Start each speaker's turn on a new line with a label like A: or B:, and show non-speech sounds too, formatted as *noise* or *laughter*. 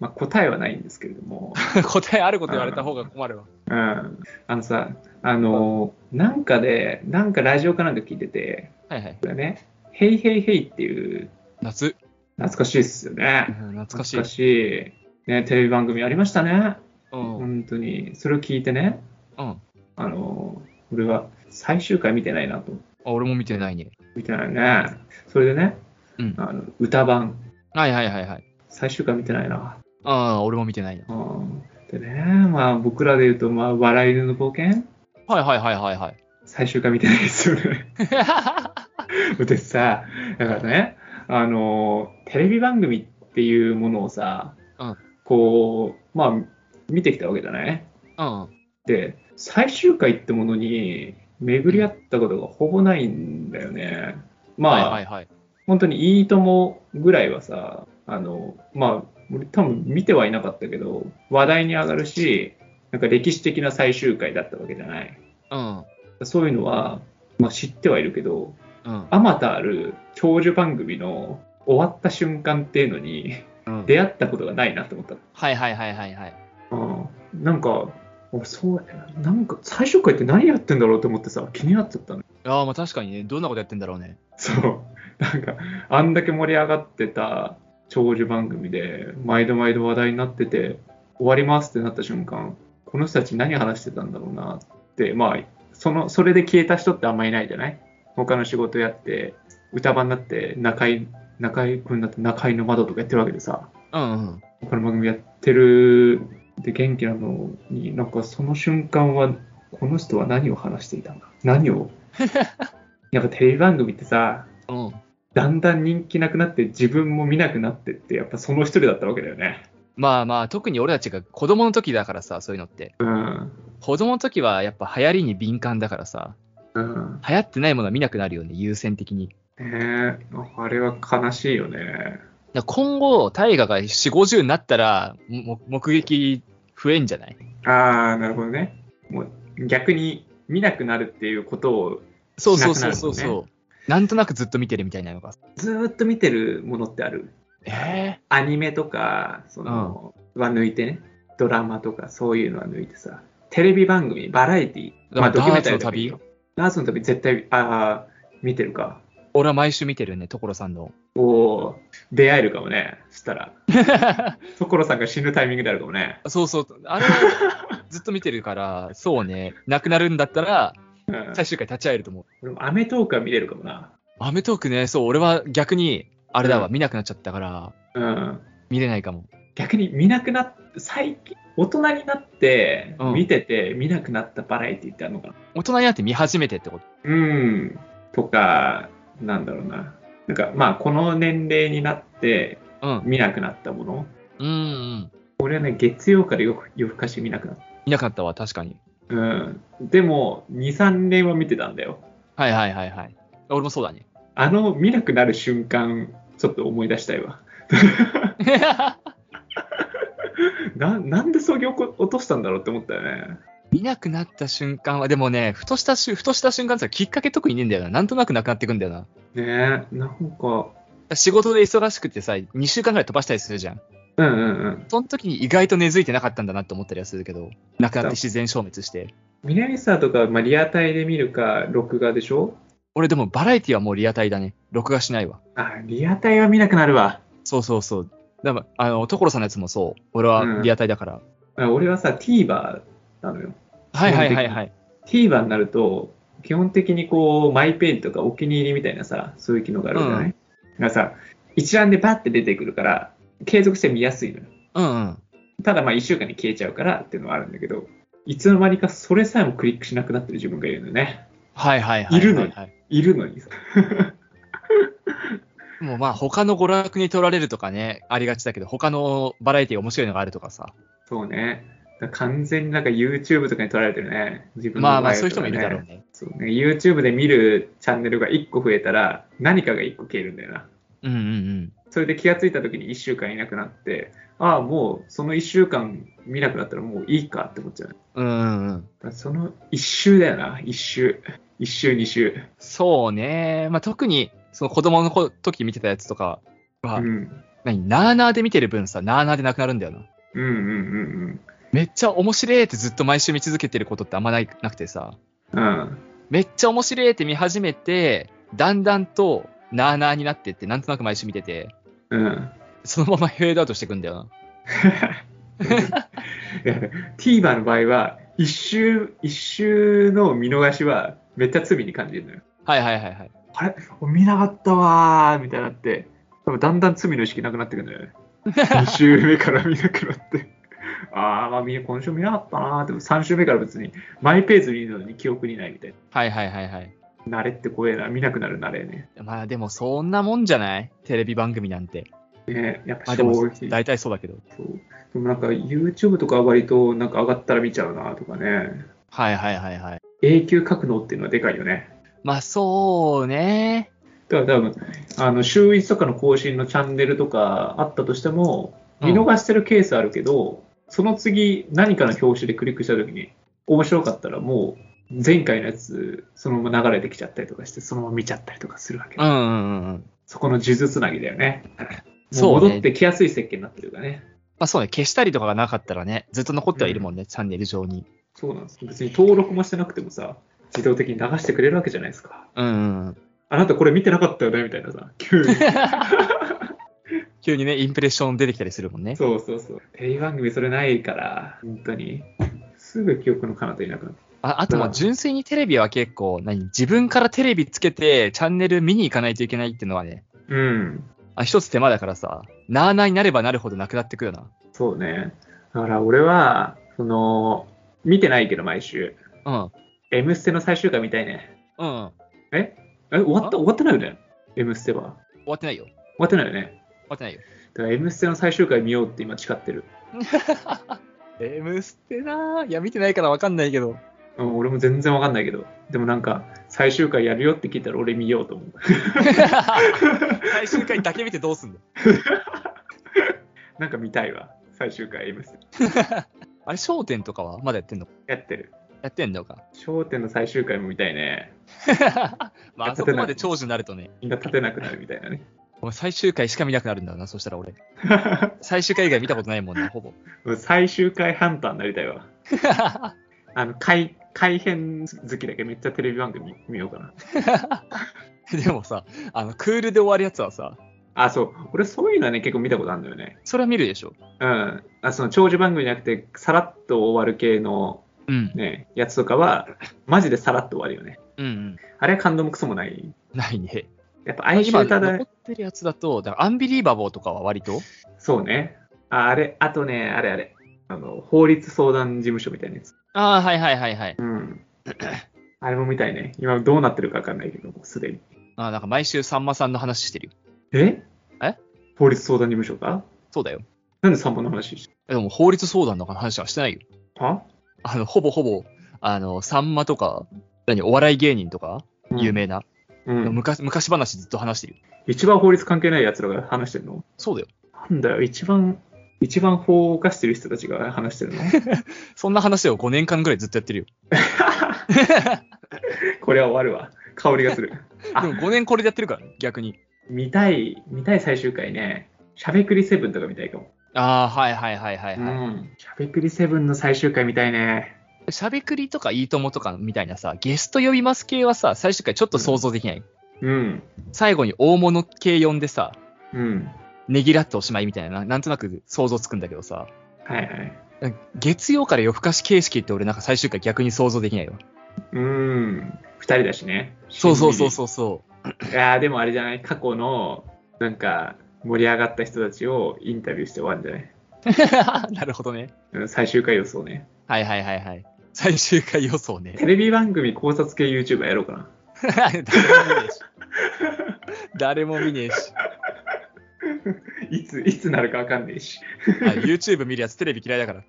A: まあ、答えはないんですけれども、
B: *laughs* 答えあること言われた方が困るわ。
A: うん、あのさ、あの、なんかで、なんかラジオかなんか聞いてて、
B: はいはい。
A: これね、ヘイヘイヘイっていう、
B: 夏。
A: 懐かしいっすよ
B: うん
A: ね。
B: 懐かしい
A: 懐か。しい。ね、テレビ番組ありましたね。
B: うん。うん。
A: 本当に。それを聞いてね、
B: あ、
A: あの、俺は最終回見てないなと。
B: 俺も見てないね。
A: 見てないね。それでね、
B: うん。
A: あの歌版、
B: はいはいはいはい。
A: 最終回見てないな。
B: ああ、俺も見てないな。
A: うん、でね、まあ僕らで言うと、まあ、笑い犬の冒険
B: はいはいはいはいはい。
A: 最終回見てないですよ
B: *laughs*
A: ね。でさ、だからね、あの、テレビ番組っていうものをさ、
B: うん
A: こう、まあ、見てきたわけじゃない
B: うん。
A: で、最終回ってものに巡り合ったことがほぼないんだよね。まあ、
B: はいはいはい。
A: 本当に「いいとも」ぐらいはさあのまあ俺多分見てはいなかったけど話題に上がるしなんか歴史的な最終回だったわけじゃない
B: うん。
A: そういうのは、まあ、知ってはいるけど
B: うん。
A: あまたある長寿番組の終わった瞬間っていうのに
B: うん
A: 出会ったことがないなと思った、
B: はいはいはいはいはい。
A: うん、なんかあそうなんか最終回って何やってんだろうと思ってさ気になっちゃったの
B: ああ、まあ確かにね、どんなことやってんだろうね。
A: そう。なんか、あんだけ盛り上がってた長寿番組で、毎度毎度話題になってて、終わりますってなった瞬間、この人たち何話してたんだろうなって、まあ、その、それで消えた人ってあんまいないじゃない他の仕事やって、歌場になって、中居、中居君になって中居の窓とかやってるわけでさ、
B: うんうん。
A: 他の番組やってる、で、元気なのに、なんかその瞬間は、この人は何を話していたんだ何をやっぱテレビ番組ってさ、
B: うん。
A: だんだん人気なくなって自分も見なくなってってやっぱその一人だったわけだよね
B: まあまあ、特に俺たちが子供の時だからさ、そういうのって。
A: うん
B: 子供の時はやっぱ流行りに敏感だからさ、
A: うん
B: 流行ってないものは見なくなるよね、優先的に。
A: ねえあれは悲しいよね
B: だから今後、大河が4、50になったら、も目撃増えんじゃない
A: ああなるほどねもう逆に見なくなるっていうことを
B: そうそうそうそう
A: しなくなる
B: そう。なんとなくずっと見てるみたいなのが。
A: ずーっと見てるものってある
B: え
A: アニメとかその、は抜いてねドラマとかそういうのは抜いてさテレビ番組バラエティ
B: だから
A: とかいいよダーツの旅絶対ああ見てるか
B: ー俺は毎週見てるね、所さ
A: *laughs*
B: んの。
A: おお出会えるかもねそしたら所さんが死ぬタイミングであるかもね
B: そうそう。あれはずっと見てるから、そうね。なくなるんだったら、
A: うん
B: 最終回立ち会えると思う。
A: 俺もアメトークは見れるかもな。
B: アメトークね、そう、俺は逆に、あれだわ、
A: うん
B: 見なくなっちゃったから、
A: うん。
B: 見れないかも。
A: 逆に見なくなっ最近、大人になって
B: う、ん
A: 見てて見なくなったバラエティってあるのかな。
B: 大人になって見始めてってこと。
A: うん。とか、なんだろうな。なんか、まあ、この年齢になって
B: うん。
A: 見なくなったもの。
B: うんうん。
A: 俺はね、月曜からよく夜更かし見なくなった。
B: 見なくなったわ、確かに。
A: うん。でも、2、3年は見てたんだよ。
B: はいはいはいはい。俺もそ
A: *laughs*
B: うだね。
A: あの、見なくなる瞬間、ちょっと思い出したいわ。ななんでそぎ落としたんだろうって思ったよね。
B: 見なくなった瞬間は、でもね、ふとしたしゅ、ふとした瞬間さ、きっかけ特にねえんだよな。なんとなくなくなってくんだよな。
A: ねえ、なんか、
B: 仕事で忙しくてさ、2週間ぐらい飛ばしたりするじゃん。
A: うんうんうん。
B: その時に意外と根付いてなかったんだなって思ったりはするけど、なくなって自然消滅して。
A: 南沢とか、まあ、リアタイで見るか、録画でしょ
B: 俺でもバラエティはもうリアタイだね。録画しないわ。
A: あ、リアタイは見なくなるわ。
B: そうそうそう。でも、あの、所さんのやつもそう。俺はリアタイだから。
A: あ俺はさ、TVer なのよ。
B: はいはいはいはい。
A: TVer になると、基本的にこう、マイページとかお気に入りみたいなさ、そういう機能があるじゃない、だ
B: う
A: からさ、一覧でバって出てくるから、継続して見やすいのよ。
B: うんうん。
A: ただまあ、一週間に消えちゃうからっていうのはあるんだけど、いつの間にかそれさえもクリックしなくなってる自分がいるのよね。
B: はいはいはい。
A: いるのに
B: はいはい
A: いるのにさ。
B: もうまあ他の娯楽に取られるとかね、ありがちだけど、他のバラエティ面白いのがあるとかさ。
A: そうね。だから完全になんか YouTube とかに取られてるね。自分の
B: まあま
A: 場
B: あ
A: 合
B: そういう
A: と
B: 人
A: かね
B: もいるだろうね。
A: そうね。YouTube で見るチャンネルが1個増えたら、何かが1個消えるんだよな。
B: うんうんうん。
A: それで気がついた時に1週間いなくなって、ああ、もうその1週間見なくなったらもういいかって思っちゃう。だか
B: うんうんうん。
A: らその1週だよな。1週。1週、2週。
B: そうね。まあ特に、その子供の頃時見てたやつとかは、
A: うん。
B: 何、なーなーで見てる分さ、なーなーでなくなるんだよな。
A: うんうんうん
B: めっちゃ面白いってずっと毎週見続けてることってあんまないなくてさ、
A: うん。うん。
B: めっちゃ面白いって見始めて、だんだんと、なーなーになってって、なんとなく毎週見てて、
A: うん。
B: そのままフェードアウトしてくんだよ
A: いや TVer の場合は、一周、一周の見逃しはめっちゃ罪に感じるのよ。
B: な。はいはいはいはい。
A: あれ見なかったわーみたいになって、多分だんだん罪の意識なくなってくるのよ
B: *laughs*
A: ね。2週目から見なくなって。あー、まあみ、今週見なかったなーって、3週目から別にマイペースにいるのに記憶にないみたい
B: はいはいはいはい。
A: な。慣れって怖えな、見なくなる慣れね。
B: まあでもそんなもんじゃないテレビ番組なんて。
A: ねやっぱ
B: まあで
A: 衝
B: も
A: 撃、
B: 大体そうだけど。
A: そうでもなんか YouTube とかは割となんか上がったら見ちゃうなとかね。
B: はいはいはいはい。
A: 永久格納っていうのはでかいよね。
B: まあそうね。
A: だから多分、あの週1とかの更新のチャンネルとかあったとしても、
B: うん
A: 見逃してるケースあるけど、その次何かの表紙でクリックした時に、面白かったらもう前回のやつそのまま流れてきちゃったりとかして、そのまま見ちゃったりとかするわけ。
B: うんうんうんうん。
A: そこの数珠つなぎだよ
B: *laughs*
A: ね。
B: そうね
A: もう戻ってきやすい設計になってるからね。
B: まあそうね、消したりとかがなかったらね、ずっと残ってはいるもんね、チャンネル上に。
A: そうなんです。別に登録もしてなくてもさ、自動的に流してくれるわけじゃないですか。
B: うんうんうん。
A: あなたこれ見てなかったよねみたいなさ、急に。
B: *laughs* 急にね、インプレッション出てきたりするもんね。
A: そうそうそう。テレビ番組それないから、本当に。すぐ記憶の彼方いなくなっ
B: ああとま
A: う
B: あ
A: ん
B: 純粋にテレビは結構、何自分からテレビつけてチャンネル見に行かないといけないっていうのはね、
A: た。うん。
B: あ一つ手間だからさ、なあなあになればなるほどなくなってくよな。
A: そうね。だから俺は、その、見てないけど毎週。
B: うん。
A: M ステの最終回見たいね。
B: うん。終
A: え、終わった
B: あ
A: 終わってないよね ?M ステは。
B: わってないよ。終
A: 終わってないよね。
B: わってないよ。
A: だから M ステの最終回見ようって今誓ってる。
B: えー、むすってなーいや、見てないからわかんないけど。
A: うん、俺も全然わかんないけど。でもなんか、最終回やるよって聞いたら俺見ようと思う。
B: *laughs* 最終回だけ見てどうすんだ
A: なんか見たいわ。最終回 M ステ。
B: あれ、焦点とかはまだやってんの
A: やってる。
B: やってんの *laughs* か。
A: 焦点の最終回も見たいね。
B: まあ、あそこまで長寿になるとね、
A: みんな立てなくなるみたいなね。
B: もう最終回しか見なくなるんだよな、そしたら *laughs* 俺。最終回以外見たことないもんな、ほぼ。 *laughs*
A: もう最終回ハンターになりたいわ。あの、改改編好きだけめっちゃテレビ番組見ようかな。
B: でもさ、あの、クールで終わるやつはさ、
A: あ、そう。俺そういうのはね、結構見たことあるんだよね。
B: それは見るでしょ。
A: うん。あその長寿番組じゃなくて、さらっと終わる系の
B: うん。
A: ね、やつとかは、マジでさらっと終わるよね。
B: うん、うん。
A: あれは感動もクソもない。
B: ないね。
A: やっぱ哀
B: 今
A: 愁ただ
B: 残、ってるやつだと、だからアンビリーバボーとかは割と
A: そうね。ああれ、あとね、あれあれ。あの、法律相談事務所みたいなやつ。
B: ああ、はいはいはいはい。 *laughs*
A: うん。あれも見たいね。今どうなってるかわかんないけど、もうすでに。
B: あーなんか毎週さんまさんの話してるよ。
A: え
B: え
A: 法律相談事務所か
B: そうだよ。
A: なんで散歩の話して
B: でも法律相談の話はしてないよ。
A: は
B: あの、ほぼほぼ、あの、さんまとか、何、お笑い芸人とか、有、名な、
A: うんうん
B: 昔、昔話ずっと話してるよ。
A: 一番法律関係ない奴らが話してるの
B: そうだよ。
A: なんだよ、一番、一番法を犯してる人たちが話してるの *laughs*
B: そんな話を5年間ぐらいずっとやってるよ。
A: これは終わるわ。香りがす
B: *laughs*
A: る。あ
B: でも5年これでやってるから、ね、逆に。
A: 見たい、見たい最終回ね。しゃべくりセブンとか見たいかも。
B: ああ、はいはいはいはいうはい。
A: ん。しゃべくりセブンの最終回見たいね。
B: しゃべくりとかいいともとかみたいなさ、ゲスト呼びます系はさ、最終回ちょっと想像できない。
A: うん。
B: 最後に大物系呼んでさ、
A: うん。
B: ねぎらっておしまいみたいな、なんとなく想像つくんだけどさ、
A: はいはい。
B: 月曜から夜更かし形式って俺なんか最終回逆に想像できないわ。
A: うん。二人だしね。
B: そうそうそうそうそう。
A: いやーでもあれじゃない過去のなんか盛り上がった人たちをインタビューして終わるんじゃない
B: *laughs* なるほどね。
A: うん最終回予想ね
B: はいはいはいはい。最終回予想ね。 *laughs*
A: テレビ番組考察系 YouTuber やろうかな
B: 誰も見ねえし。誰も見ねえし。
A: いついつなるかわかんないし
B: あ YouTube 見るやつテレビ嫌いだから。